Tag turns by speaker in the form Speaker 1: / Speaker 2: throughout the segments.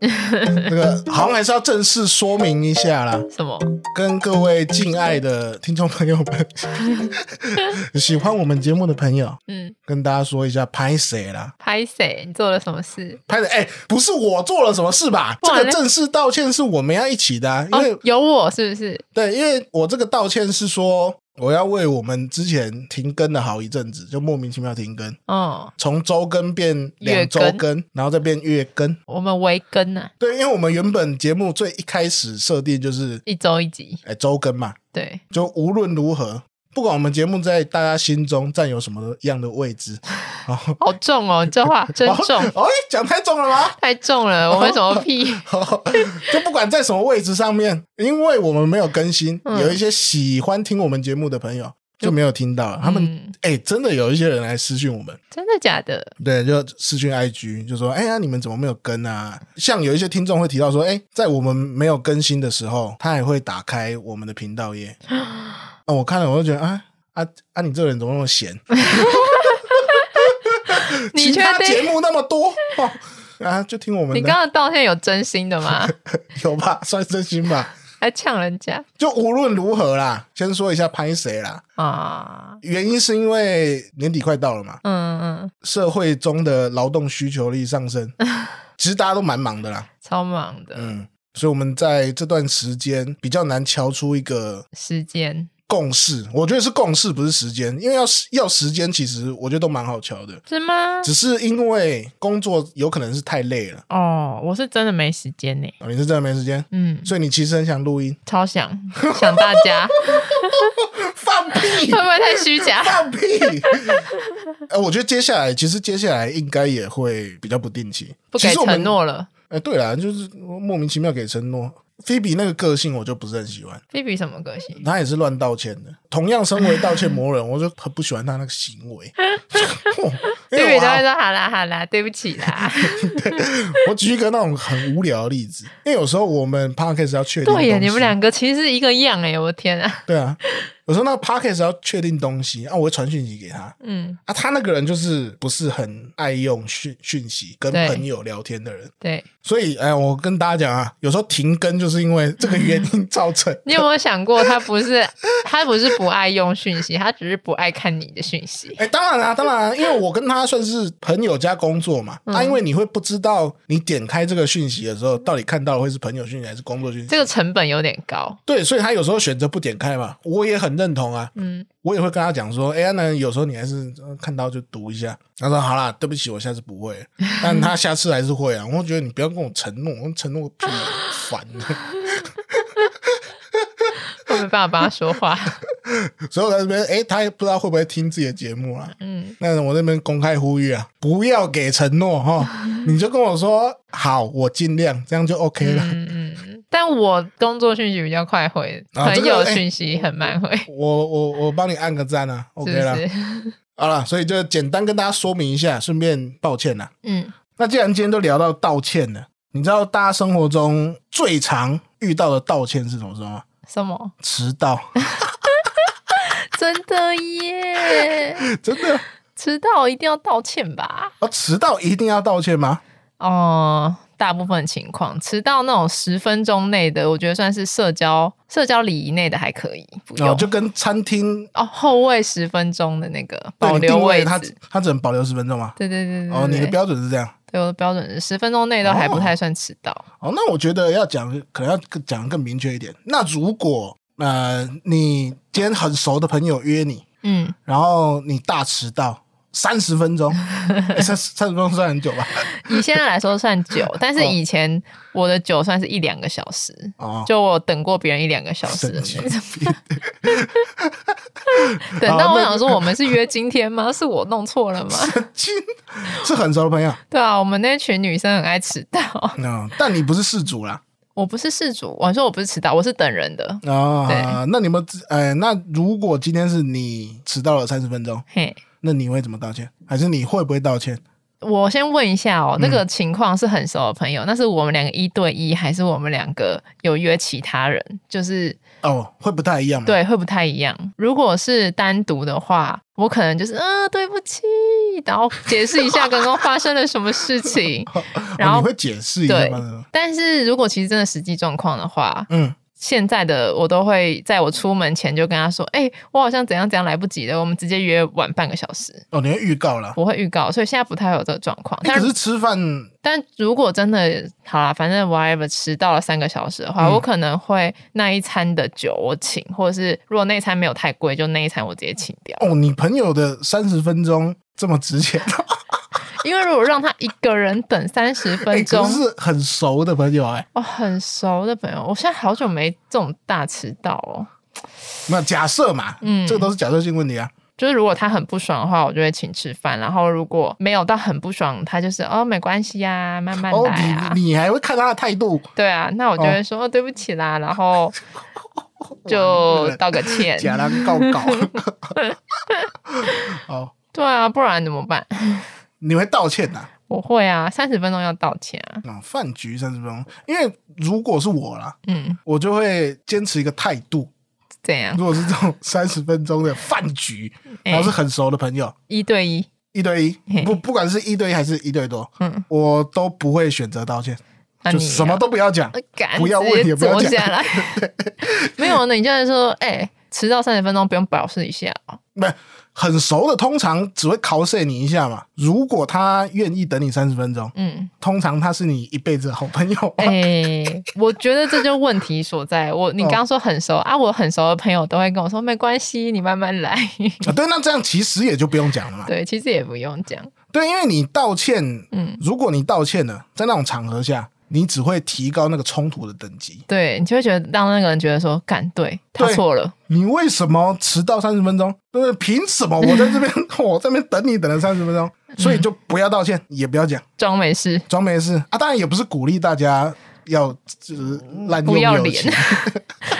Speaker 1: 那个好像还是要正式说明一下啦，
Speaker 2: 什么？
Speaker 1: 跟各位敬爱的听众朋友们，喜欢我们节目的朋友，
Speaker 2: 嗯，
Speaker 1: 跟大家说一下拍谁啦。
Speaker 2: 拍谁？你做了什么事？
Speaker 1: 拍的哎、不是我做了什么事吧？这
Speaker 2: 哇
Speaker 1: 个
Speaker 2: 那
Speaker 1: 正式道歉是我们要一起的、啊，因
Speaker 2: 哦
Speaker 1: 为、，
Speaker 2: 有我是不是？
Speaker 1: 对，因为我这个道歉是说，我要为我们之前停更了好一阵子，就莫名其妙停更，
Speaker 2: 哦，
Speaker 1: 从周更变两周
Speaker 2: 月
Speaker 1: 更，然后再变月更。
Speaker 2: 我们围根呢、啊，
Speaker 1: 对，因为我们原本节目最一开始设定就是，
Speaker 2: 一周一集。
Speaker 1: 哎，周更嘛，
Speaker 2: 对，
Speaker 1: 就无论如何，不管我们节目在大家心中占有什么样的位置，然后
Speaker 2: 好重哦，这话真重，
Speaker 1: 哦，哎讲太重了 吗？
Speaker 2: 太重了。我们什么屁？
Speaker 1: 就不管在什么位置上面，因为我们没有更新，
Speaker 2: 嗯
Speaker 1: 有一些喜欢听我们节目的朋友就没有听到 了。他们
Speaker 2: 嗯
Speaker 1: 哎、真的有一些人来私讯我们，
Speaker 2: 真的假的？
Speaker 1: 对，就私讯 IG，就说哎呀、你们怎么没有更啊？像有一些听众会提到说，哎、在我们没有更新的时候，他也会打开我们的频道页。 啊、我看了我就觉得啊啊啊，你这个人怎么那么闲？
Speaker 2: 你
Speaker 1: 其他
Speaker 2: 确
Speaker 1: 节
Speaker 2: 定
Speaker 1: 目那么多、哦、啊，就听我们
Speaker 2: 你
Speaker 1: 的
Speaker 2: 刚刚道歉有真心的吗？
Speaker 1: 有吧，算真心吧。
Speaker 2: 还呛人家
Speaker 1: 就无论如何啦，先说一下拍谁啦。
Speaker 2: 啊？
Speaker 1: 原因是因为年底快到了嘛，
Speaker 2: 嗯嗯，
Speaker 1: 社会中的劳动需求力上升，其实大家都蛮忙的啦。
Speaker 2: 超忙的、
Speaker 1: 嗯，所以我们在这段时间比较难敲出一个
Speaker 2: 时间，
Speaker 1: 共识。我觉得是共识，不是时间，因为要时要时间，其实我觉得都蛮好敲的。
Speaker 2: 是吗？
Speaker 1: 只是因为工作有可能是太累了，
Speaker 2: 哦，我是真的没时间呢。
Speaker 1: 哦你是真的没时间，
Speaker 2: 嗯，
Speaker 1: 所以你其实很想录音，
Speaker 2: 超想想大家，
Speaker 1: 放屁
Speaker 2: 会不会太虚假？
Speaker 1: 放屁！ 呃，我觉得接下来，其实接下来应该也会比较不定期，
Speaker 2: 不给
Speaker 1: 其实我们
Speaker 2: 承。诺了。
Speaker 1: 哎，对啦，就是莫名其妙给承诺。菲比那个个性我就不是很喜欢，
Speaker 2: 菲比什么个性？
Speaker 1: 他也是乱道歉的。同样身为道歉魔人，我就很不喜欢他那个行 为。因
Speaker 2: 菲比
Speaker 1: 为我
Speaker 2: 都会
Speaker 1: 好
Speaker 2: 说好啦好啦，对不起 啦。
Speaker 1: 我举一个那种很无聊的例子，因为有时候我们 podcast 要确定
Speaker 2: 对耶，
Speaker 1: 东西
Speaker 2: 你们两个其实是一个样哎，我的天啊，
Speaker 1: 对啊，有时候那个 podcast 要确定东西，啊，我会传讯息给他，
Speaker 2: 嗯，
Speaker 1: 啊，他那个人就是不是很爱用讯讯息跟
Speaker 2: 对
Speaker 1: 朋友聊天的人，
Speaker 2: 对
Speaker 1: 所以哎，我跟大家讲啊，有时候停更就是因为这个原因造成。
Speaker 2: 你有没有想过，他不是 他不是不爱用讯息，他只是不爱看你的讯息。
Speaker 1: 哎，当然啦、当然啦、因为我跟他算是朋友加工作嘛。啊，因为你会不知道你点开这个讯息的时候，到底看到的会是朋友讯息还是工作讯息。
Speaker 2: 这个成本有点高，
Speaker 1: 对，所以他有时候选择不点开嘛，我也很认同啊。
Speaker 2: 嗯，
Speaker 1: 我也会跟他讲说，哎、呀，那有时候你还是呃看到就读一下。他说好啦，对不起，我下次不会。但他下次还是会啊。我觉得你不要跟我承诺，我承诺个屁，烦。
Speaker 2: 我没办法帮他说 话。
Speaker 1: 所以我在这边，哎、他也不知道会不会听自己的节目啊。
Speaker 2: 嗯，
Speaker 1: 那我这边公开呼吁啊，不要给承诺 哈，你就跟我说好，我尽量，这样就 OK 了。
Speaker 2: 嗯嗯嗯，但我工作讯息比较快回，
Speaker 1: 啊
Speaker 2: 朋
Speaker 1: 这个
Speaker 2: 友
Speaker 1: 哎
Speaker 2: 讯息很 慢回，
Speaker 1: 我我我帮你按个赞啊，OK
Speaker 2: 是
Speaker 1: 啦。
Speaker 2: 不是？
Speaker 1: 好了，所以就简单跟大家说明一下，顺便抱歉啦。
Speaker 2: 嗯，
Speaker 1: 那既然今天都聊到道歉了，你知道大家生活中最常遇到的道歉是什么时候吗？
Speaker 2: 什么？
Speaker 1: 迟到，
Speaker 2: 真的耶！
Speaker 1: 真的
Speaker 2: 迟到一定要道歉吧？
Speaker 1: 啊，迟到一定要道歉吗？
Speaker 2: 哦、大部分情况迟到那种十分钟内的，我觉得算是社交社交礼仪内的还可以，不
Speaker 1: 然
Speaker 2: 用
Speaker 1: 后哦就跟餐厅
Speaker 2: 哦后位十分钟的那个
Speaker 1: 对
Speaker 2: 保
Speaker 1: 你
Speaker 2: 留
Speaker 1: 定位，
Speaker 2: 位
Speaker 1: 他
Speaker 2: 置。
Speaker 1: 他只能保留十分钟吗？
Speaker 2: 对对对对
Speaker 1: 哦，你的
Speaker 2: 对
Speaker 1: 标准是这样。
Speaker 2: 对我的标准是十分钟内都还不太算迟到。
Speaker 1: 哦，那我觉得要讲，可能要更讲得更明确一点。那如果呃，你今天很熟的朋友约你，
Speaker 2: 嗯，
Speaker 1: 然后你大迟到三十分钟，哎三三十分钟算很久吧？
Speaker 2: 以现在来说算久， 但是
Speaker 1: 哦
Speaker 2: 以前我的久算是一两个小时，
Speaker 1: 哦，
Speaker 2: 就我等过别人一两个小时
Speaker 1: 神
Speaker 2: 的
Speaker 1: 经
Speaker 2: 那种。
Speaker 1: 病。
Speaker 2: 等
Speaker 1: 好
Speaker 2: 到我
Speaker 1: 那
Speaker 2: 想说，我们是约今天吗？是我弄错了吗？
Speaker 1: 亲 是很熟的朋友，
Speaker 2: 对啊，我们那群女生很爱迟到。
Speaker 1: 嗯，但你不是事主啦，
Speaker 2: 我不是事主，我说我不是迟到，我是等人的。
Speaker 1: 哦
Speaker 2: 对，
Speaker 1: 那你们，呃，那如果今天是你迟到了三十分钟，
Speaker 2: 嘿，
Speaker 1: 那你会怎么道歉？还是你会不会道歉？
Speaker 2: 我先问一下哦，那个情况是很熟的朋友，那是我们两个一对一，还是我们两个有约其他人？就是
Speaker 1: 哦，会不太一样嘛。，
Speaker 2: 对，会不太一样。如果是单独的话，我可能就是嗯、呃对不起，然后解释一下刚刚发生了什么事 情。然
Speaker 1: 哦、
Speaker 2: 后
Speaker 1: 你会解释一下
Speaker 2: 对
Speaker 1: 吗？
Speaker 2: 但是如果其实真的实际状况的话，
Speaker 1: 嗯，
Speaker 2: 现在的我都会在我出门前就跟他说：“哎、我好像怎样怎样来不及了，我们直接约晚半个小时。
Speaker 1: 哦，你会预告”啦。
Speaker 2: 不会预告，所以现在不太会有这个状况。
Speaker 1: 欸
Speaker 2: 但
Speaker 1: 可是吃饭，
Speaker 2: 但如果真的好啦，反正 whatever 迟到了三个小时的话，
Speaker 1: 嗯
Speaker 2: 我可能会那一餐的酒我请，或者是如果那一餐没有太贵，就那一餐我直接请掉。
Speaker 1: 哦，你朋友的三十分钟这么值钱，
Speaker 2: 因为如果让他一个人等三十
Speaker 1: 欸
Speaker 2: 分钟
Speaker 1: 可，是很熟的朋友哎、
Speaker 2: 哦，很熟的朋友，我现在好久没这种大迟到哦。
Speaker 1: 没有假设嘛，
Speaker 2: 嗯
Speaker 1: 这个都是假设性问题啊。
Speaker 2: 就是如果他很不爽的话，我就会请吃饭；然后如果没有到很不爽，他就是哦没关系呀、慢慢
Speaker 1: 哦，
Speaker 2: 来啊，
Speaker 1: 你你还会看他的态度，
Speaker 2: 对啊，那我就会说、哦、对不起啦，然 后
Speaker 1: 哇你
Speaker 2: 就
Speaker 1: 这个
Speaker 2: 道个歉。
Speaker 1: 假狼告告。哦，
Speaker 2: 对啊，不然怎么办？
Speaker 1: 你会道歉呐、
Speaker 2: 我会啊，三十分钟要道歉啊。
Speaker 1: 啊？饭局三十分钟，因为如果是我啦，
Speaker 2: 嗯，
Speaker 1: 我就会坚持一个态度。
Speaker 2: 怎样？
Speaker 1: 如果是这种三十分钟的饭局，
Speaker 2: 哎
Speaker 1: 然后是很熟的朋友，
Speaker 2: 一对一。
Speaker 1: 一对一，
Speaker 2: 嘿
Speaker 1: 不不管是一对一还是一对多，
Speaker 2: 嗯，
Speaker 1: 我都不会选择道歉，
Speaker 2: 那
Speaker 1: 就
Speaker 2: 你
Speaker 1: 什么
Speaker 2: 要
Speaker 1: 都不要讲。
Speaker 2: 敢
Speaker 1: 呃不要问
Speaker 2: 直接
Speaker 1: 也不要
Speaker 2: 坐
Speaker 1: 讲
Speaker 2: 下 来。没有呢，你就是说，哎、迟到三十分钟不用表示一下哦。
Speaker 1: 不，很熟的通常只会 cos 你一下嘛。如果他愿意等你三十分钟，
Speaker 2: 嗯，
Speaker 1: 通常他是你一辈子的好朋 友。
Speaker 2: 哎、我觉得这就问题所在。我
Speaker 1: 嗯
Speaker 2: 你刚刚说很熟、啊，我很熟的朋友都会跟我说没关系，你慢慢来。
Speaker 1: 啊，对，那这样其实也就不用讲了嘛。
Speaker 2: 对，其实也不用讲。
Speaker 1: 对，因为你道歉，
Speaker 2: 嗯，
Speaker 1: 如果你道歉了，在那种场合下，你只会提高那个冲突的等级。
Speaker 2: 对你就会觉得让那个人觉得说，敢对他
Speaker 1: 对
Speaker 2: 错了。
Speaker 1: 你为什么迟到三十分钟？对不对？凭什么我在这 边， 我这边等你等了三十分钟？
Speaker 2: 嗯
Speaker 1: 所以就不要道歉，也不要讲，
Speaker 2: 装没事，
Speaker 1: 装没事啊。当然也不是鼓励大家要就是滥
Speaker 2: 嗯不
Speaker 1: 用
Speaker 2: 要
Speaker 1: 友
Speaker 2: 脸
Speaker 1: 情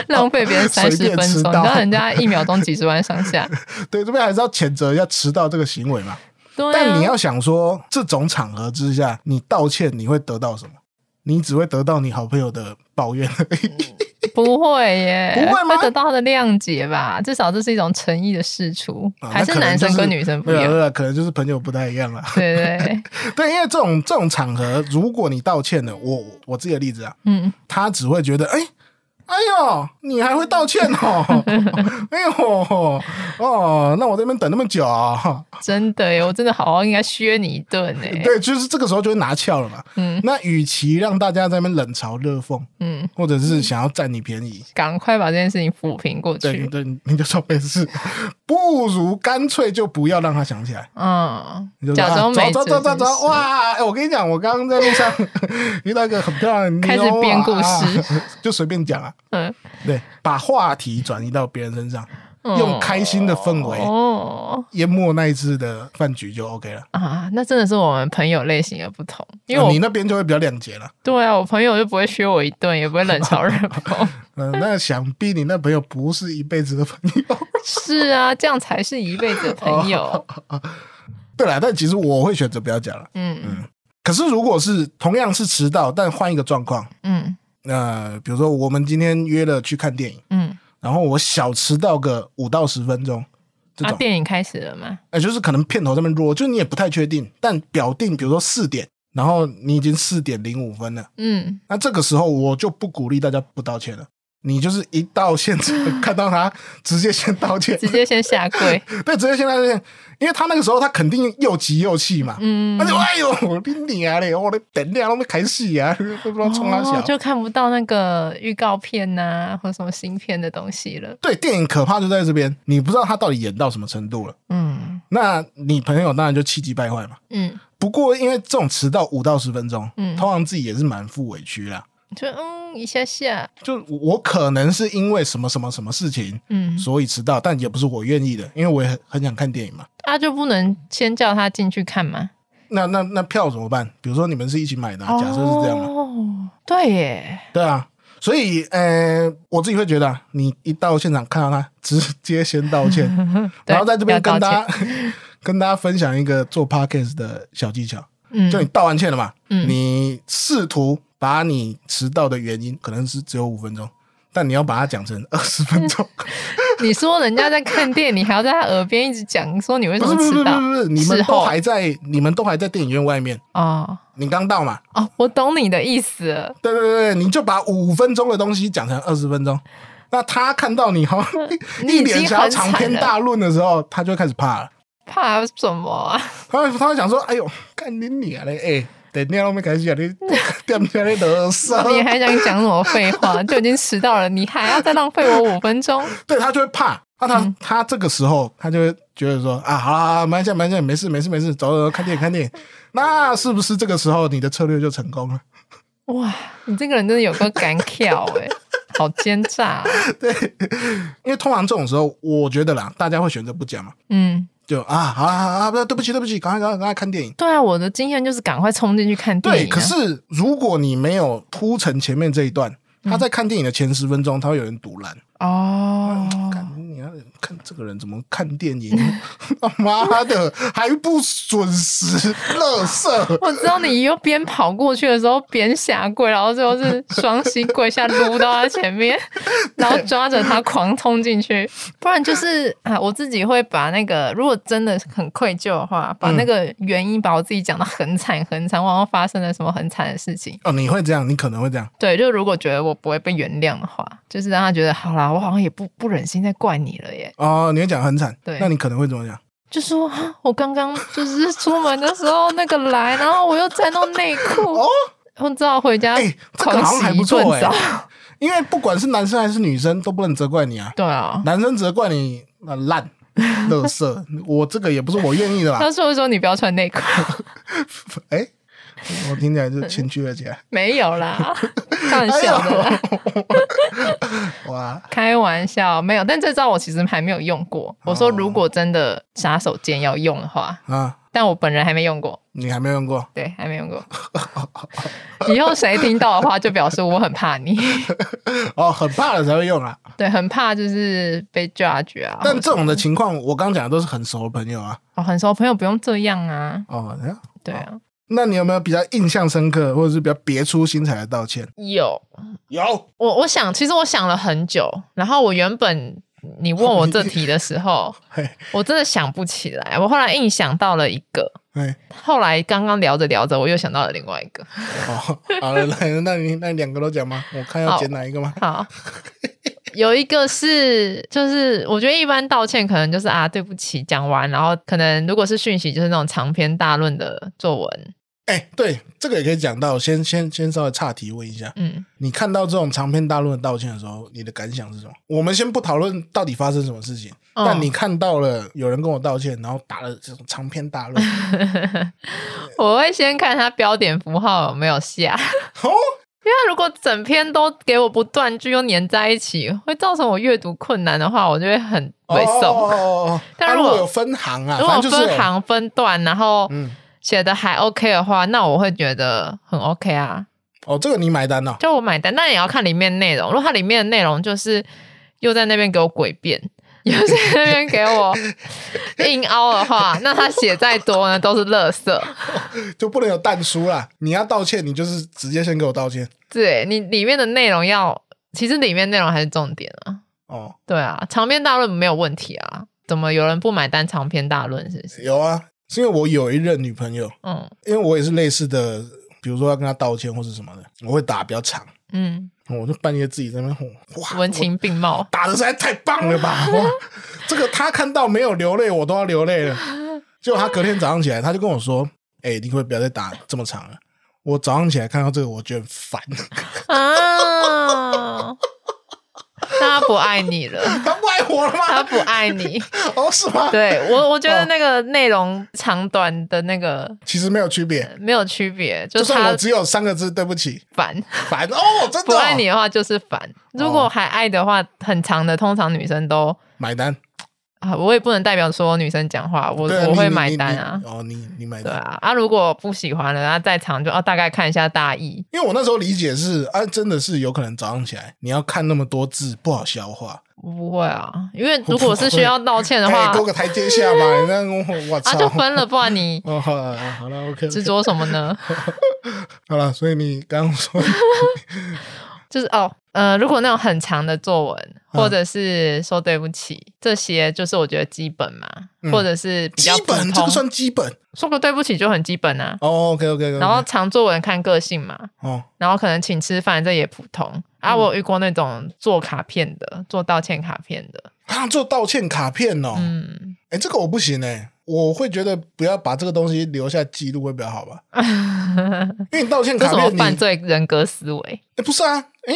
Speaker 2: 浪费别 人
Speaker 1: 随
Speaker 2: 三十
Speaker 1: 便
Speaker 2: 分钟，
Speaker 1: 迟
Speaker 2: 你知
Speaker 1: 到
Speaker 2: 道人家一秒钟几十万上下。
Speaker 1: 对，这边还是要谴责一下迟到这个行为嘛。
Speaker 2: 对、啊，
Speaker 1: 但你要想说，这种场合之下，你道歉你会得到什么？你只会得到你好朋友的抱怨而已。
Speaker 2: 啊不会耶，
Speaker 1: 不会吗
Speaker 2: 得到他的谅解吧？至少这是一种诚意的试出，
Speaker 1: 啊
Speaker 2: 还
Speaker 1: 那
Speaker 2: 是
Speaker 1: 可能
Speaker 2: 男
Speaker 1: 就
Speaker 2: 生跟
Speaker 1: 是
Speaker 2: 女生不
Speaker 1: 没
Speaker 2: 一
Speaker 1: 有
Speaker 2: 样？
Speaker 1: 了，啊可能就是朋友不太一样了。
Speaker 2: 对对对，
Speaker 1: 对，因为这种这种场合，如果你道歉了，我我自己的例子啊，
Speaker 2: 嗯，
Speaker 1: 他只会觉得，哎、哎呦，你还会道歉哦？ 哎呦，哦，那我在那边等那么久、哦，
Speaker 2: 真的耶，我真的好好应该削你一 顿哎。
Speaker 1: 对，就是这个时候就会拿翘了嘛。
Speaker 2: 嗯
Speaker 1: 那与其让大家在那边冷嘲热讽，
Speaker 2: 嗯，
Speaker 1: 或者是想要占你便宜，
Speaker 2: 赶快把这件事情抚平过
Speaker 1: 对
Speaker 2: 去。
Speaker 1: 对，你就说没事， 不如干脆就不要让他想起来。
Speaker 2: 嗯
Speaker 1: 你就，说
Speaker 2: 假装
Speaker 1: 啊
Speaker 2: 没
Speaker 1: 走
Speaker 2: 这
Speaker 1: 走走走
Speaker 2: 件
Speaker 1: 走，
Speaker 2: 事。
Speaker 1: 哇！哎我跟你讲，我刚刚在路上 遇到一个很漂亮的妞啊，
Speaker 2: 开始编故事
Speaker 1: 啊， 就随便讲啊。
Speaker 2: 嗯，
Speaker 1: 对，把话题转移到别人身上，
Speaker 2: 嗯
Speaker 1: 用开心的氛围
Speaker 2: 哦
Speaker 1: 淹没那一次的饭局就 OK 了。
Speaker 2: 啊，那真的是我们朋友类型的不同，因为
Speaker 1: 啊
Speaker 2: 我、
Speaker 1: 你那边就会比较谅解了。
Speaker 2: 对啊，我朋友就不会削我一顿，也不会冷嘲热讽。
Speaker 1: 嗯，那想必你那朋友不是一辈子的朋友。
Speaker 2: 是啊，这样才是一辈子的朋
Speaker 1: 哦
Speaker 2: 友。
Speaker 1: 对啦，但其实我会选择不要讲了。
Speaker 2: 嗯
Speaker 1: 可是如果是同样是迟到，但换一个状况，
Speaker 2: 嗯
Speaker 1: 呃，比如说我们今天约了去看电影，
Speaker 2: 嗯，
Speaker 1: 然后我小迟到个五到十分钟，这
Speaker 2: 啊，
Speaker 1: 种，哎、哎
Speaker 2: 电影开始了吗？
Speaker 1: 就是可能片头这边弱，就是你也不太确定，但表定比如说四点，然后你已经四点零五分了，
Speaker 2: 嗯，
Speaker 1: 那这个时候我就不鼓励大家不道歉了。你就是一到现场 看到他，直接先道 歉，
Speaker 2: 直接先 下跪。
Speaker 1: 对，直接先道歉，因为他那个时候他肯定又急又气嘛，
Speaker 2: 嗯
Speaker 1: 他，就哎呦，我的娘嘞，我的等量都没开戏啊，都不知道冲他
Speaker 2: 哦
Speaker 1: 小，。
Speaker 2: 就看不到那个预告片呐、或者什么新片的东西了。
Speaker 1: 对，电影可怕就在这边，你不知道他到底演到什么程度了。
Speaker 2: 嗯
Speaker 1: 那你朋友当然就气急败坏嘛。
Speaker 2: 嗯，
Speaker 1: 不过因为这种迟到五到十分钟，
Speaker 2: 嗯
Speaker 1: 通常自己也是蛮负委屈啦。
Speaker 2: 就嗯一下下，
Speaker 1: 就我可能是因为什么什么什么事情，
Speaker 2: 嗯，
Speaker 1: 所以迟到，但也不是我愿意的，因为我也很很想看电影嘛。
Speaker 2: 啊就不能先叫他进去看吗？
Speaker 1: 那那那票怎么办？比如说你们是一起买的啊、假设是这样嘛，
Speaker 2: 哦，对耶，
Speaker 1: 对啊。所以，呃，我自己会觉得啊， 你一到现场看到他，直接先道歉，
Speaker 2: 对
Speaker 1: 然后在这边
Speaker 2: 要
Speaker 1: 跟
Speaker 2: 道
Speaker 1: 大家 跟大家分享一个做 podcast 的小技巧，
Speaker 2: 嗯
Speaker 1: 就你道完歉了嘛，
Speaker 2: 嗯
Speaker 1: 你试图把你迟到的原因，可能是只有五分钟，但你要把它讲成 二十分 钟，
Speaker 2: 你说人家在看电影，你还要在他耳边一直讲说你为什
Speaker 1: 不是不
Speaker 2: 么
Speaker 1: 是不
Speaker 2: 迟
Speaker 1: 是
Speaker 2: 到
Speaker 1: 不是，你
Speaker 2: 事
Speaker 1: 们
Speaker 2: 后
Speaker 1: 都还在，你们都还在电影院外面，
Speaker 2: 哦
Speaker 1: 你刚到嘛？
Speaker 2: 哦，我懂你的意思了。
Speaker 1: 对对对，对你就把五分钟的东西讲成二十分钟。那他看到你 好像
Speaker 2: 你已
Speaker 1: 一
Speaker 2: 经
Speaker 1: 脸想要
Speaker 2: 很
Speaker 1: 长
Speaker 2: 惨
Speaker 1: 篇
Speaker 2: 了
Speaker 1: 大论的时候，他就会开始怕了。
Speaker 2: 怕什么啊？
Speaker 1: 他会他会想说：“哎呦，干你你啊嘞！哎、等一下我们开始讲 你点起来的色。
Speaker 2: 你还想讲什么废话？就已经迟到了，你还要再浪费我五分钟？”
Speaker 1: 对他就会怕。那他、
Speaker 2: 嗯
Speaker 1: 他这个时候他就会觉得说：“啊，好啦好啦，慢一下慢一下，没事没事没事，走走走，看电影看电影。”那是不是这个时候你的策略就成功了？
Speaker 2: 哇，你这个人真的有个敢跳哎、好奸诈啊、
Speaker 1: 对，因为通常这种时候，我觉得啦，大家会选择不讲嘛。
Speaker 2: 嗯，
Speaker 1: 就啊，好啦好啦，不对不起对不起，赶快赶快赶快看电影。
Speaker 2: 对啊，我的经验就是赶快冲进去看电
Speaker 1: 对，
Speaker 2: 影、啊。
Speaker 1: 可是如果你没有铺陈前面这一段，
Speaker 2: 嗯
Speaker 1: 他在看电影的前十分钟，他会有人堵拦。
Speaker 2: 哦，
Speaker 1: 看你要看这个人怎么看电影？ 他妈的，还不准时，乐色！
Speaker 2: 我知道你又边跑过去的时候边下跪，然后最后是双膝跪下撸到他前 面，然后抓着他狂冲进去。不然就是啊，我自己会把那个如果真的很愧疚的话，把那个原因把我自己讲的很惨很惨，然后发生了什么很惨的事情。
Speaker 1: 哦，你会这样，你可能会这样。
Speaker 2: 对，就如果觉得我不会被原谅的话，就是让他觉得好啦，我好像也不不忍心再怪你了耶。
Speaker 1: 哦，你会讲很惨，
Speaker 2: 对
Speaker 1: 那你可能会怎么讲？
Speaker 2: 就说啊我刚刚就是出门的时候那个来，然后我又沾到内裤，
Speaker 1: 哦
Speaker 2: 我只好回家
Speaker 1: 哎这个
Speaker 2: 狂
Speaker 1: 好像还
Speaker 2: 洗一
Speaker 1: 不错
Speaker 2: 顿
Speaker 1: 哎
Speaker 2: 澡。
Speaker 1: 因为不管是男生还是女生，都不能责怪你啊。
Speaker 2: 对啊，
Speaker 1: 男生责怪你那烂、乐色， 我这个也不是我愿意的吧？
Speaker 2: 他说说你不要 穿内裤，
Speaker 1: 哎、我听起来就谦虚了起来。
Speaker 2: 没有啦，开玩
Speaker 1: 哎
Speaker 2: 笑的啦，
Speaker 1: 呦，哇，
Speaker 2: 开玩笑，没有。但这招我其实还没有用过。
Speaker 1: 哦
Speaker 2: 我说如果真的杀手锏要用的话，
Speaker 1: 啊，
Speaker 2: 但我本人还没用过，
Speaker 1: 你还没用过？
Speaker 2: 对，还没用过。以后谁听到的话，就表示我很怕你，
Speaker 1: 哦，很怕了才会用啊。
Speaker 2: 对，很怕就是被 judge 啊。
Speaker 1: 但这种的情况，我刚讲的都是很熟的朋友啊。
Speaker 2: 哦，很熟朋友不用这样啊，
Speaker 1: 哦，
Speaker 2: 对啊，
Speaker 1: 那你有没有比较印象深刻，或者是比较别出心裁的道歉？
Speaker 2: 有
Speaker 1: 有，
Speaker 2: 我我想，其实我想了很久，然后我原本你问我这题的时候，
Speaker 1: 嘿，
Speaker 2: 我真的想不起来，我后来硬想到了一个，
Speaker 1: 嘿，
Speaker 2: 后来刚刚聊着聊着，我又想到了另外一个。
Speaker 1: 哦， 好了，来，那你那你两个都讲吗？我看要捡哪一个吗？
Speaker 2: 好，有一个是，就是我觉得一般道歉可能就是啊，对不起，讲完，然后可能如果是讯息，就是那种长篇大论的作文，
Speaker 1: 哎、对，这个也可以讲到。先先先稍微岔题问一下，
Speaker 2: 嗯，
Speaker 1: 你看到这种长篇大论的道歉的时候，你的感想是什么？我们先不讨论到底发生什么事情，
Speaker 2: 嗯
Speaker 1: 但你看到了有人跟我道歉，然后打了这种长篇大论，
Speaker 2: 我会先看他标点符号有没有下，
Speaker 1: 哦，
Speaker 2: 因为如果整篇都给我不断句又粘在一起，会造成我阅读困难的话，我就会很
Speaker 1: 哦
Speaker 2: 背诵。
Speaker 1: 哦哦哦
Speaker 2: 但
Speaker 1: 啊
Speaker 2: 如
Speaker 1: 如
Speaker 2: 果
Speaker 1: 果有分行啊，
Speaker 2: 如
Speaker 1: 反
Speaker 2: 果
Speaker 1: 正就是有
Speaker 2: 分，行分段，然后
Speaker 1: 嗯，
Speaker 2: 写的还 OK 的话，那我会觉得很 OK 啊。
Speaker 1: 哦，这个你买单了、
Speaker 2: 就我买单，但也要看里面内容。如果它里面的内容就是又在那边给我诡辩， 又在那边给我硬凹的话，那他写再多呢都是垃圾。
Speaker 1: 就不能有淡书啦。你要道歉，你就是直接先给我道歉
Speaker 2: 对你里面的内容要，其实里面内容还是重点啊。
Speaker 1: 哦。
Speaker 2: 对啊，长篇大论没有问题啊。怎么有人不买单长篇大论？是不是？
Speaker 1: 有啊，是因为我有一任女朋友，
Speaker 2: 嗯
Speaker 1: 因为我也是类似的，比如说要跟她道歉或是什么的，我会打比较长，哦
Speaker 2: 嗯，
Speaker 1: 我就半夜自己在那边吼哇，
Speaker 2: 文
Speaker 1: 我
Speaker 2: 情并茂。
Speaker 1: 打的实在太棒了吧！哇，这个她看到没有流泪，我都要流泪了。结果她隔天早上起来，她就跟我说：“哎、你可不可以不要再打这么长了？”我早上起来看到这个，我觉得很烦。
Speaker 2: 啊，那他不爱你了，
Speaker 1: 她不爱我了
Speaker 2: 他
Speaker 1: 吗？
Speaker 2: 不爱你。
Speaker 1: 哦，是吗？，
Speaker 2: 对我，我觉
Speaker 1: 嗯
Speaker 2: 得那个内容长短的那个
Speaker 1: 其实没有区别，
Speaker 2: 呃没有区别，
Speaker 1: 就
Speaker 2: 就是
Speaker 1: 算
Speaker 2: 他
Speaker 1: 我只有三个字，对不起，
Speaker 2: 烦，
Speaker 1: 烦哦，真的
Speaker 2: 不
Speaker 1: 哦、
Speaker 2: 爱你的话就是烦。如果还爱的话，很长的，通常女生都
Speaker 1: 买单，
Speaker 2: 啊，我也不能代表说女生讲话，我
Speaker 1: 对啊
Speaker 2: 我
Speaker 1: 你
Speaker 2: 会
Speaker 1: 你
Speaker 2: 买
Speaker 1: 你
Speaker 2: 单
Speaker 1: 你
Speaker 2: 啊。
Speaker 1: 哦，你你买
Speaker 2: 对
Speaker 1: 单，
Speaker 2: 啊，啊，如果不喜欢了，那再长就哦，大概看一下大意。
Speaker 1: 因为我那时候理解是啊，真的是有可能早上起来你要看那么多字不好消化，
Speaker 2: 不会啊，因为如果是需要道歉的话
Speaker 1: 哎，给，我个台阶下 嘛！你那我我
Speaker 2: 啊就
Speaker 1: 操！
Speaker 2: 分了，不然 你
Speaker 1: 哦，好了好了，OK，
Speaker 2: 执着什么呢？
Speaker 1: 好了。所以你刚刚说，
Speaker 2: 就是哦，呃，如果那种很长的作文，
Speaker 1: 嗯
Speaker 2: 或者是说对不起，这些就是我觉得基本嘛，
Speaker 1: 嗯
Speaker 2: 或者是 比
Speaker 1: 基
Speaker 2: 较普
Speaker 1: 本这
Speaker 2: 通
Speaker 1: 个，算基本
Speaker 2: 说个对不起就很基本啊。
Speaker 1: 哦。OK OK OK。
Speaker 2: 然后长作文看个性嘛，
Speaker 1: 哦，
Speaker 2: 然后可能请吃饭这也普通啊。
Speaker 1: 嗯
Speaker 2: 我有遇过那种做卡片的，做道歉卡片的，
Speaker 1: 他做道歉卡片哦。
Speaker 2: 嗯，
Speaker 1: 哎、这个我不行哎、我会觉得不要把这个东西留下记录会比较好 吧，因为你道歉
Speaker 2: 这
Speaker 1: 卡
Speaker 2: 什么
Speaker 1: 片你，
Speaker 2: 犯罪人格思维？
Speaker 1: 诶不是啊，哎、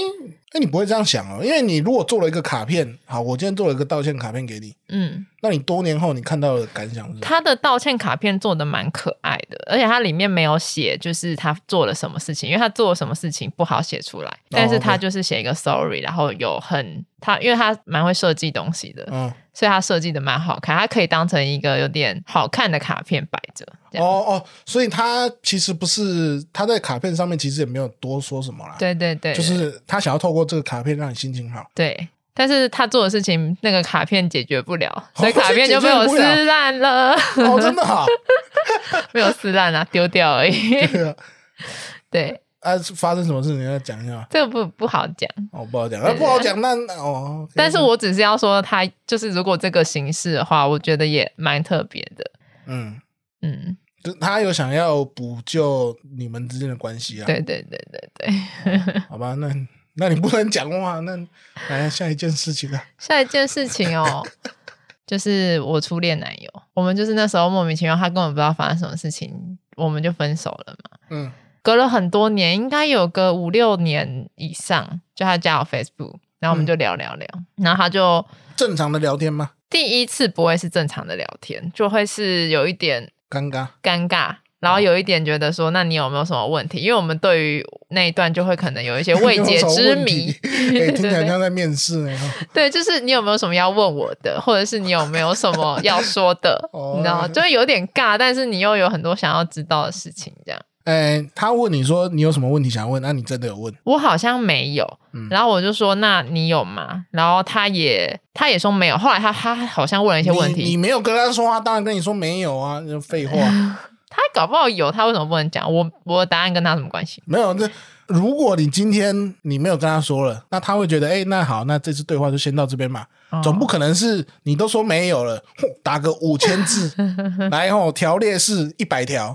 Speaker 1: 诶你不会这样想哦，因为你如果做了一个卡片，好，我今天做了一个道歉卡片给你，
Speaker 2: 嗯，
Speaker 1: 那你多年后你看到的感想是什么？
Speaker 2: 他的道歉卡片做的蛮可爱的，而且它里面没有写就是他做了什么事情，因为他做了什么事情不好写出来，但是他
Speaker 1: 哦 OK
Speaker 2: 就是写一个 sorry，然后有很他，因为他蛮会设计东西的，
Speaker 1: 嗯，
Speaker 2: 所以他设计的蛮好看，它可以当成一个有点好看的卡片摆着。这样
Speaker 1: 哦哦，所以他其实不是他在卡片上面其实也没有多说什么啦，，
Speaker 2: 对对对，
Speaker 1: 就是他想要透过这个卡片让你心情好。
Speaker 2: 对。但是他做的事情，那个卡片解决 不了，所以卡片
Speaker 1: 解决
Speaker 2: 就被我
Speaker 1: 不
Speaker 2: 撕
Speaker 1: 了
Speaker 2: 烂了，
Speaker 1: 哦，真的啊，
Speaker 2: 没有撕烂啊，丢掉而已。
Speaker 1: 对啊，
Speaker 2: 对，
Speaker 1: 啊，发生什么事情要讲一下？
Speaker 2: 这个不不好讲。
Speaker 1: 哦，不好讲，
Speaker 2: 对
Speaker 1: 啊，
Speaker 2: 对
Speaker 1: 不好讲，那那哦，
Speaker 2: 但是我只是要说他，就是如果这个形式的话，我觉得也蛮特别的。
Speaker 1: 嗯。
Speaker 2: 嗯，
Speaker 1: 就他有想要补救你们之间的关系啊，
Speaker 2: 对对对对对。
Speaker 1: 好吧，那那你不能讲话，那来下一件事情啊，
Speaker 2: 下一件事情哦， 就是我初恋男友，我们就是那时候莫名其妙，他根本不知道发生什么事情，我们就分手了嘛。
Speaker 1: 嗯，
Speaker 2: 隔了很多年，应该有个五六年以上，就他加我 Facebook，然后我们就聊聊聊，然后他就
Speaker 1: 正常的聊天吗？
Speaker 2: 第一次不会是正常的聊天，就会是有一点
Speaker 1: 尴尬，
Speaker 2: 尴尬，然后
Speaker 1: 哦
Speaker 2: 有一点觉得说，那你有没有什么问题？因为我们对于那一段就会可能有一些未解之谜
Speaker 1: 有什么问题，哎，
Speaker 2: 对
Speaker 1: 听起来
Speaker 2: 对对
Speaker 1: 像在面试呢。，
Speaker 2: 对，就是你有没有什么要问我的，或者是你有没有什么要说 的
Speaker 1: 哦
Speaker 2: 你知道吗？就会有点尬，但是你又有很多想要知道的事情，这样。
Speaker 1: 哎，他问你说你有什么问题想问，那你真的有问，
Speaker 2: 我好像没有，
Speaker 1: 嗯
Speaker 2: 然后我就说那你有吗？然后他也他也说没有，后来他他好像问了一些问
Speaker 1: 你你
Speaker 2: 题，
Speaker 1: 没有跟他说话，当然跟你说没有啊，就废话，
Speaker 2: 他搞不好有，他为什么不能讲？我我的答案跟他有什么关系？
Speaker 1: 没有这。如果你今天你没有跟他说了，那他会觉得，哎、那好，那这次对话就先到这边嘛。总不可能是你都说没有了， 哼打个五千 字来吼，条列式一百条，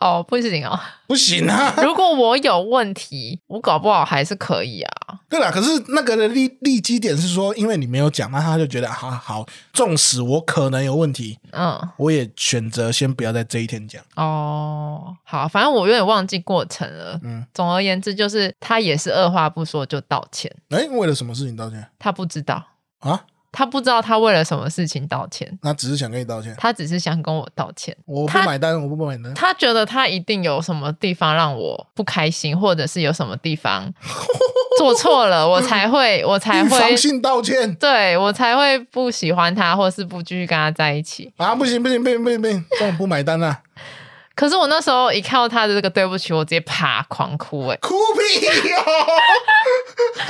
Speaker 2: 哦不行哦，
Speaker 1: 不行啊！
Speaker 2: 如果我有问题，我搞不好还是可以啊。
Speaker 1: 对啦，可是那个的利利基点是说，因为你没有讲，那他就觉得好好，纵使我可能有问题，
Speaker 2: 嗯，
Speaker 1: 我也选择先不要在这一天讲。
Speaker 2: 哦，好，反正我有点忘记过程了。
Speaker 1: 嗯
Speaker 2: 嗯，总而言之，就是他也是二话不说就道歉，
Speaker 1: 哎，为了什么事情道歉
Speaker 2: 他不知道，
Speaker 1: 啊？
Speaker 2: 他不知道他为了什么事情道歉，
Speaker 1: 他只是想跟你道歉，
Speaker 2: 他只是想跟我道歉。
Speaker 1: 我不
Speaker 2: 他
Speaker 1: 买单，我不买单。
Speaker 2: 他觉得他一定有什么地方让我不开心，或者是有什么地方做错了，我才会，我才
Speaker 1: 预
Speaker 2: 会
Speaker 1: 防，性道歉
Speaker 2: 对我才会不喜欢他，或是不继续跟他在一起。
Speaker 1: 啊！不行不行不行不行不行，这种不买单啊啦，
Speaker 2: 可是我那时候一看到他的这个对不起，我直接啪狂哭、欸，
Speaker 1: 哭屁哟、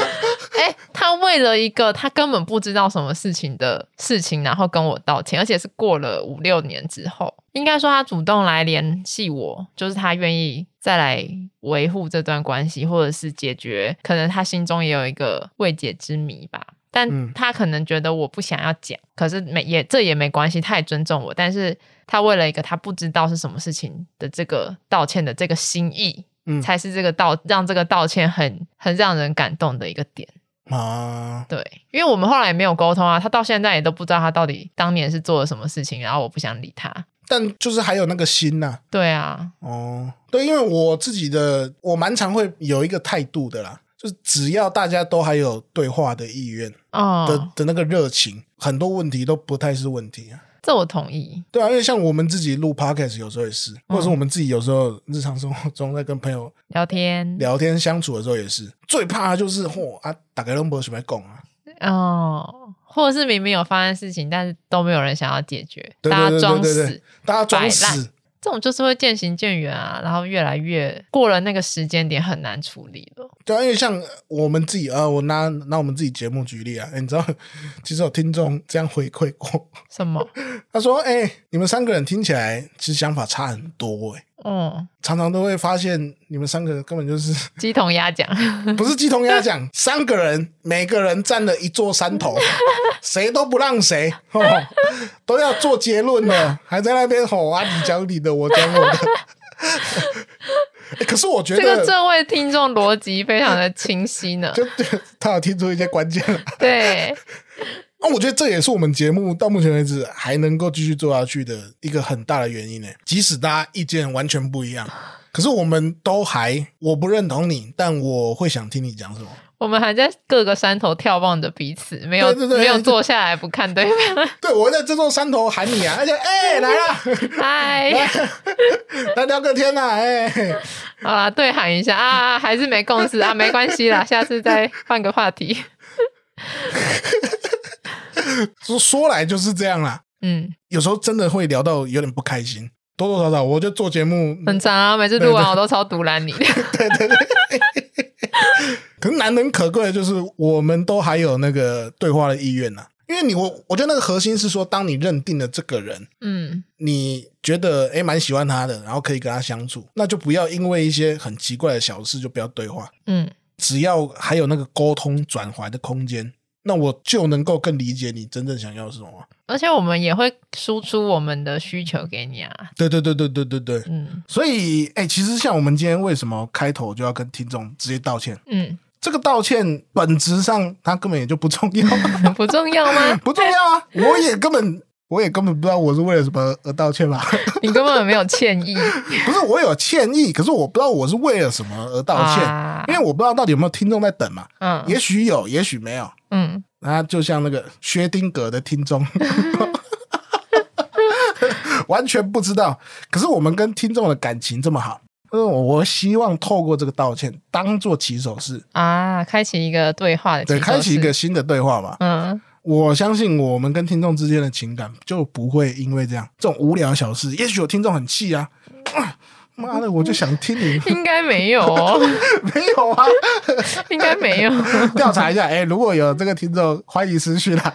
Speaker 2: 哎、他为了一个他根本不知道什么事情的事情，然后跟我道歉，而且是过了五六年之后，应该说他主动来联系我，就是他愿意再来维护这段关系，或者是解决，可能他心中也有一个未解之谜吧。
Speaker 1: 嗯
Speaker 2: 但他可能觉得我不想要讲，可是没也这也没关系，他也尊重我。但是他为了一个他不知道是什么事情的这个道歉的这个心意，
Speaker 1: 嗯
Speaker 2: 才是这个道让这个道歉很很让人感动的一个点。
Speaker 1: 啊！
Speaker 2: 对，因为我们后来也没有沟通啊，他到现在也都不知道他到底当年是做了什么事情，然后我不想理他。
Speaker 1: 但就是还有那个心呐、
Speaker 2: 对啊，
Speaker 1: 哦，对，因为我自己的我蛮常会有一个态度的啦，就是只要大家都还有对话的意愿的、
Speaker 2: 哦，
Speaker 1: 的那个热情，很多问题都不太是问题啊。
Speaker 2: 这我同意。
Speaker 1: 对啊，因为像我们自己录 podcast 有时候也是，或者是我们自己有时候日常生活中在跟朋友
Speaker 2: 聊天，
Speaker 1: 聊天相处的时候也是，最怕的就是嚯、啊，打开 number 什么讲啊，
Speaker 2: 哦，或者是明明有发生事情，但是都没有人想要解决，
Speaker 1: 对
Speaker 2: 大
Speaker 1: 对对
Speaker 2: 家装
Speaker 1: 对对
Speaker 2: 死。
Speaker 1: 大家装
Speaker 2: 摆
Speaker 1: 死
Speaker 2: 烂，这种就是会渐行渐远啊，然后越来越过了那个时间点很难处理了。
Speaker 1: 对啊，因为像我们自己，呃，我拿拿我们自己节目举例啊，哎你知道，其实有听众这样回馈过，
Speaker 2: 什么？
Speaker 1: 他说：“哎、你们三个人听起来其实想法差很多、哎，
Speaker 2: 嗯，
Speaker 1: 常常都会发现你们三个人根本就是
Speaker 2: 鸡同鸭讲，
Speaker 1: 不是鸡同鸭讲， 三个人每个人占了一座山头，谁都不让谁，哦，都要做结论了，还在那边吼啊，你讲你的，我讲我的。 哎可是我觉
Speaker 2: 这个
Speaker 1: 得，
Speaker 2: 这位听众逻辑非常的清晰呢。
Speaker 1: 就就他有听出一些关键了。
Speaker 2: 对，
Speaker 1: 那啊我觉得这也是我们节目到目前为止还能够继续做下去的一个很大的原因呢。即使大家意见完全不一样，可是我们都还我不认同你，但我会想听你讲什么。
Speaker 2: 我们还在各个山头眺望着彼此，没有
Speaker 1: 对对对
Speaker 2: 没有坐下来不看对 方。
Speaker 1: 对我会在这座山头喊你啊，而且哎、来啦，
Speaker 2: 嗨，
Speaker 1: 来聊个天啦、哎、
Speaker 2: 好啦，对喊一下啊，还是没共 识啊，没关系啦，下次再换个话题。
Speaker 1: 说说来就是这样啦。
Speaker 2: 嗯，
Speaker 1: 有时候真的会聊到有点不开心，多多少少，我就做节目，
Speaker 2: 很长啊，每次录完我都超毒烂 你的。
Speaker 1: 可是难能可贵的就是，我们都还有那个对话的意愿呐、因为你我我觉得那个核心是说，当你认定了这个人，
Speaker 2: 嗯，
Speaker 1: 你觉得诶蛮喜欢他的，然后可以跟他相处，那就不要因为一些很奇怪的小事就不要对话，
Speaker 2: 嗯，
Speaker 1: 只要还有那个沟通转换的空间，那我就能够更理解你真正想要的是什么。
Speaker 2: 而且我们也会输出我们的需求给你啊。
Speaker 1: 对对对对对对对。
Speaker 2: 嗯
Speaker 1: 所以，诶，其实像我们今天为什么开头就要跟听众直接道歉？
Speaker 2: 嗯，
Speaker 1: 这个道歉本质上它根本也就不重要。
Speaker 2: 不重 要吗？
Speaker 1: 不重要啊，我也根本我也根本不知道我是为了什么而道歉吧？
Speaker 2: 你根本没有歉意。
Speaker 1: 不是，我有歉意，可是我不知道我是为了什么而道歉，
Speaker 2: 啊
Speaker 1: 因为我不知道到底有没有听众在等嘛，
Speaker 2: 嗯
Speaker 1: 也许有，也许没有。
Speaker 2: 嗯，
Speaker 1: 那就像那个薛丁格的听众， 完全不知道。可是我们跟听众的感情这么好，嗯，我希望透过这个道歉，当做起手式，
Speaker 2: 啊，开启一个对话的，
Speaker 1: 对，开启一个，新的对话嘛。
Speaker 2: 嗯，
Speaker 1: 我相信我们跟听众之间的情感就不会因为这样这种无聊小事，也许有听众很气啊，哇妈的，我就想听你
Speaker 2: 应该没有哦，
Speaker 1: 没有啊，
Speaker 2: 应该没有，
Speaker 1: 调查一下，哎、如果有这个听众，欢迎私讯啦。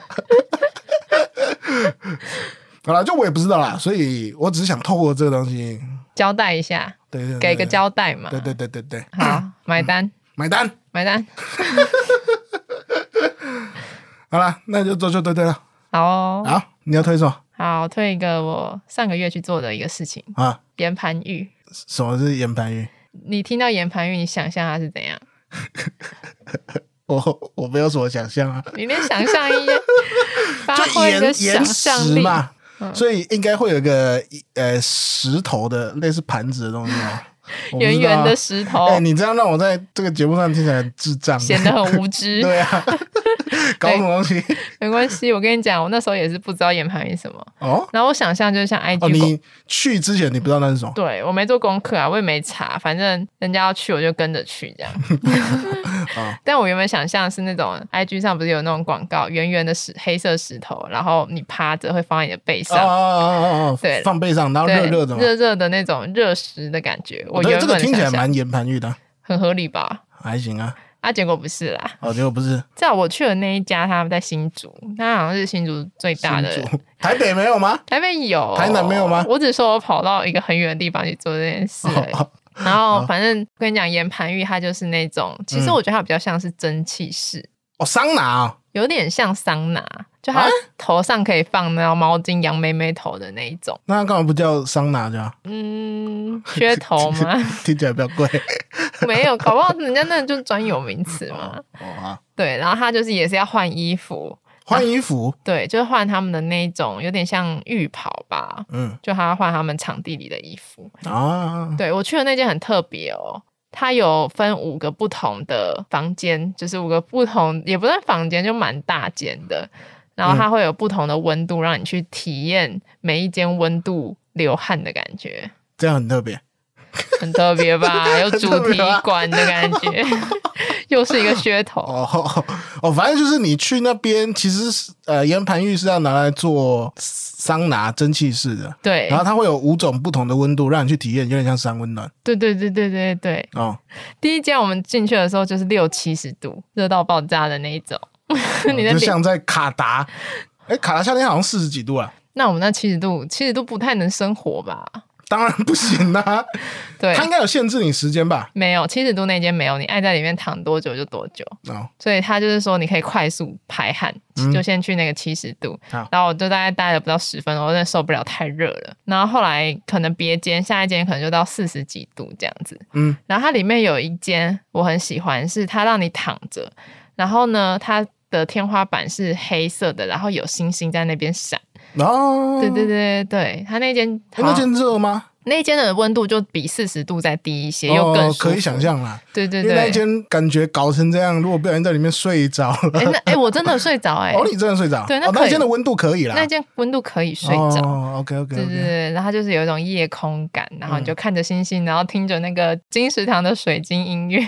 Speaker 1: 好了，就我也不知道啦，所以我只是想透过这个东西，
Speaker 2: 交代一下，
Speaker 1: 对对对
Speaker 2: 给个，交代嘛。
Speaker 1: 对对对对对，
Speaker 2: 好，买单，
Speaker 1: 买单。
Speaker 2: 买单，
Speaker 1: 好了，那就做就对对了。
Speaker 2: 好哦，
Speaker 1: 好，你要推什么
Speaker 2: 好，推一个我上个月去做的一个事情，
Speaker 1: 啊？
Speaker 2: 岩盘浴。
Speaker 1: 什么是岩盘浴？
Speaker 2: 你听到岩盘浴，你想象它是怎样？
Speaker 1: 我我没有什么想象啊。
Speaker 2: 你连想象一， 发
Speaker 1: 就
Speaker 2: 挥你的
Speaker 1: 岩
Speaker 2: 想
Speaker 1: 岩
Speaker 2: 象
Speaker 1: 石
Speaker 2: 力。嗯
Speaker 1: 嘛，所以应该会有一个呃石头的类似盘子的东西吗？我不知道啊
Speaker 2: 圆圆的。石头
Speaker 1: 哎、，你这样让我在这个节目上听起来很智障，
Speaker 2: 显得很无 知。
Speaker 1: 对 啊，搞什么东西？
Speaker 2: 没关系，我跟你讲，我那时候也是不知道岩盘浴是什么，
Speaker 1: 哦
Speaker 2: 然后我想象就是像 IG
Speaker 1: 哦，
Speaker 2: 广
Speaker 1: 你去之前你不知道那是什么？
Speaker 2: 对我没做功课啊，我也没查，反正人家要去我就跟着去 这样。
Speaker 1: 啊
Speaker 2: 但我原本想象是那种 IG 上不是有那种广告，圆圆的石黑色石头，然后你趴着会放在你的背
Speaker 1: 哦
Speaker 2: 上，
Speaker 1: 哦哦哦哦，
Speaker 2: 对
Speaker 1: 放背上，然后
Speaker 2: 对
Speaker 1: 热热的嘛。
Speaker 2: 热热的那种热石的感觉。我
Speaker 1: 觉得
Speaker 2: 原
Speaker 1: 这个
Speaker 2: 本
Speaker 1: 听起来
Speaker 2: 想象
Speaker 1: 蛮岩盘浴的啊，
Speaker 2: 很合理吧？
Speaker 1: 还行啊。
Speaker 2: 啊，结果不是啦。
Speaker 1: 哦，结果不是
Speaker 2: 在我去的那一家，他们在新竹，那好像是新竹最大的。
Speaker 1: 新竹台北没有吗？
Speaker 2: 台北有，
Speaker 1: 台南没有吗
Speaker 2: 我只说我跑到一个很远的地方去做这件事而已。
Speaker 1: 哦
Speaker 2: 然后反正跟你讲，岩盘浴它就是那种，其
Speaker 1: 嗯
Speaker 2: 实我觉得它比较像是蒸汽室，
Speaker 1: 哦，桑拿啊，
Speaker 2: 有点像桑拿，就它
Speaker 1: 啊
Speaker 2: 头上可以放那种毛巾、羊妹妹头的那一种。
Speaker 1: 那它干嘛不叫桑拿就 好？
Speaker 2: 嗯，噱头吗？
Speaker 1: 听起来比较 贵。
Speaker 2: 没有，搞不好人家那就是专有名词嘛。
Speaker 1: 哦啊，
Speaker 2: 对，然后它就是也是要换衣服，
Speaker 1: 换衣服，
Speaker 2: 对，就是换他们的那一种，有点像浴袍吧，
Speaker 1: 嗯
Speaker 2: 就他要换他们场地里的衣服。
Speaker 1: 啊，
Speaker 2: 对我去的那间很特别哦，它有分五个不同的房间，就是五个不同，也不算房间，就蛮大间的。然
Speaker 1: 嗯
Speaker 2: 后它会有不同的温度，让你去体验每一间温度流汗的感觉，
Speaker 1: 这样很特别。
Speaker 2: 很特别 吧？有主
Speaker 1: 特别
Speaker 2: 题
Speaker 1: 吧
Speaker 2: 馆的感 觉，又是一个噱头。
Speaker 1: 哦哦哦，反正就是你去那边，其实是呃，岩盘浴是要拿来做私桑拿蒸汽式的，
Speaker 2: 对
Speaker 1: 然后它会有五种不同的温度让你去体验，有点像三温暖
Speaker 2: 对对对对对对，
Speaker 1: 哦。
Speaker 2: 第一间我们进去的时候就是六七十度，热到爆炸的那一种。 你的
Speaker 1: 哦就
Speaker 2: 脸，
Speaker 1: 像在卡 达，哎，卡达夏天好像四十几度啊，
Speaker 2: 那我们那七十度，七十度不太能生活吧？
Speaker 1: 当然不行啦、
Speaker 2: 对
Speaker 1: 它，应该有限制你时间吧？
Speaker 2: 没有七十度那间没有，你爱在里面躺多久就多久。
Speaker 1: 哦，
Speaker 2: 所以他就是说你可以快速排汗，
Speaker 1: 嗯
Speaker 2: 就先去那个七十度
Speaker 1: 好。
Speaker 2: 然后我就大概待了不到十分钟，我真的受不了，太热了。然后后来可能别间，下一间可能就到四十几度这样子。
Speaker 1: 嗯，
Speaker 2: 然后它里面有一间我很喜欢，是它让你躺着，然后呢，它的天花板是黑色的，然后有星星在那边闪。
Speaker 1: 然后
Speaker 2: 对对，对对对，它那间
Speaker 1: 哦哎那间热吗？
Speaker 2: 那间的温度就比四十度再低一些，又更
Speaker 1: 哦，
Speaker 2: 舒服
Speaker 1: 可以想。象啦，
Speaker 2: 对对
Speaker 1: 因为那
Speaker 2: 对
Speaker 1: 一。间感觉搞成这样，如果不小心在里面睡着了，
Speaker 2: 哎、那哎、我真的睡着哎、
Speaker 1: 哦，你真的睡着？
Speaker 2: 对那
Speaker 1: 哦
Speaker 2: 可
Speaker 1: 那
Speaker 2: 以
Speaker 1: 间的温度可以啦，
Speaker 2: 那件温度可以睡着。
Speaker 1: 哦，OK OK
Speaker 2: 对对
Speaker 1: OK，
Speaker 2: 对，然后它就是有一种夜空感，然后你
Speaker 1: 嗯
Speaker 2: 就看着星星，然后听着那个金石堂的水晶音 乐，你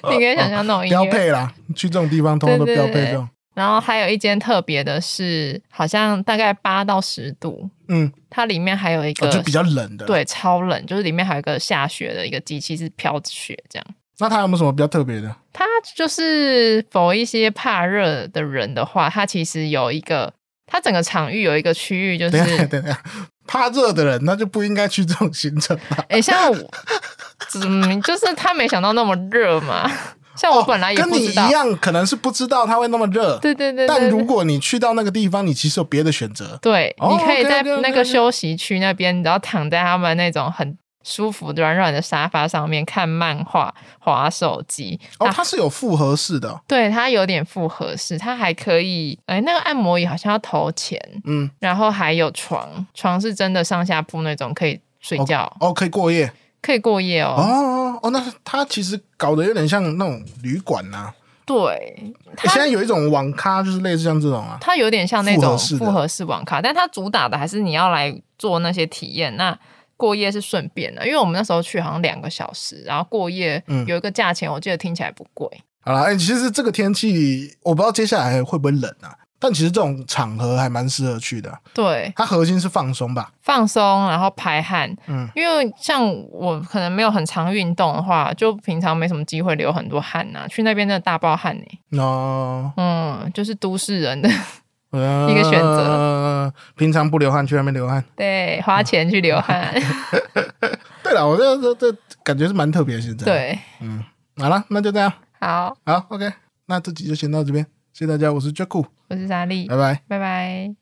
Speaker 2: 可以想象那种音
Speaker 1: 标
Speaker 2: 乐。
Speaker 1: 配啦，去这种地方通通都
Speaker 2: 对对
Speaker 1: 标配
Speaker 2: 对
Speaker 1: 这种，
Speaker 2: 然后还有一间特别的是，好像大概八到十度，
Speaker 1: 嗯，
Speaker 2: 它里面还有一个、
Speaker 1: 哦就比较冷的。，
Speaker 2: 对超冷，就是里面还有一个下雪的一个机器是飘着雪这样。
Speaker 1: 那它有没有什么比较特别的？
Speaker 2: 它就是否一些怕热的人的话，它其实有一个，它整个场域有一个区域就
Speaker 1: 等一下
Speaker 2: 是
Speaker 1: 等一下，怕热的人那就不应该去这种行 程吧？
Speaker 2: 哎、像我， 嗯，就是他没想到那么热嘛。像我本来也
Speaker 1: 哦跟
Speaker 2: 不
Speaker 1: 你
Speaker 2: 知
Speaker 1: 一
Speaker 2: 道，
Speaker 1: 样，可能是不知道它会那么热。
Speaker 2: 对对对对
Speaker 1: 但
Speaker 2: 对
Speaker 1: 如果你去到那个地方，你其实有别的选择。
Speaker 2: 对，
Speaker 1: 哦
Speaker 2: 你可以在
Speaker 1: OK，OK，OK，OK
Speaker 2: 那个休息区那边，然后躺在他们那种很舒服、软软的沙发上面看漫画、划手机。
Speaker 1: 哦，
Speaker 2: 那
Speaker 1: 它是有复合式的哦。
Speaker 2: 对，它有点复合式，它还可以，哎、那个按摩椅好像要投钱，
Speaker 1: 嗯，
Speaker 2: 然后还有床，床是真的上下铺那种，可以睡觉，
Speaker 1: 哦，可以过夜。
Speaker 2: 可以过夜
Speaker 1: 哦哦哦，那它其实搞得有点像那种旅馆呐。
Speaker 2: 对，
Speaker 1: 诶现在有一种网咖，就是类似像这种啊。
Speaker 2: 它有点像那种
Speaker 1: 复合式的
Speaker 2: 复合式网咖，但它主打的还是你要来做那些体验。那过夜是顺便的，因为我们那时候去好像两个小时，然后过夜
Speaker 1: 嗯
Speaker 2: 有一个价钱，我记得听起来不贵。
Speaker 1: 好啦，哎、其实这个天气，我不知道接下来会不会冷啊。但其实这种场合还蛮适合去的啊、
Speaker 2: 对，
Speaker 1: 它核心是放松吧？
Speaker 2: 放松，然后排汗。
Speaker 1: 嗯
Speaker 2: 因为像我可能没有很常运动的话，就平常没什么机会流很多汗呐、去那边真的大爆汗呢、欸
Speaker 1: 哦，
Speaker 2: 嗯，就是都市人的，
Speaker 1: 呃
Speaker 2: 一个选
Speaker 1: 择。呃平常不流汗，去外面流汗。
Speaker 2: 对，花钱去流汗。
Speaker 1: 对了，我这这这感觉是蛮特别的。现在，
Speaker 2: 对，
Speaker 1: 好了，那就这样。
Speaker 2: 好，
Speaker 1: 好，OK，那这集就先到这边，谢谢大家，我是 Jack，
Speaker 2: 我是莎莉，
Speaker 1: 拜拜。
Speaker 2: 拜拜。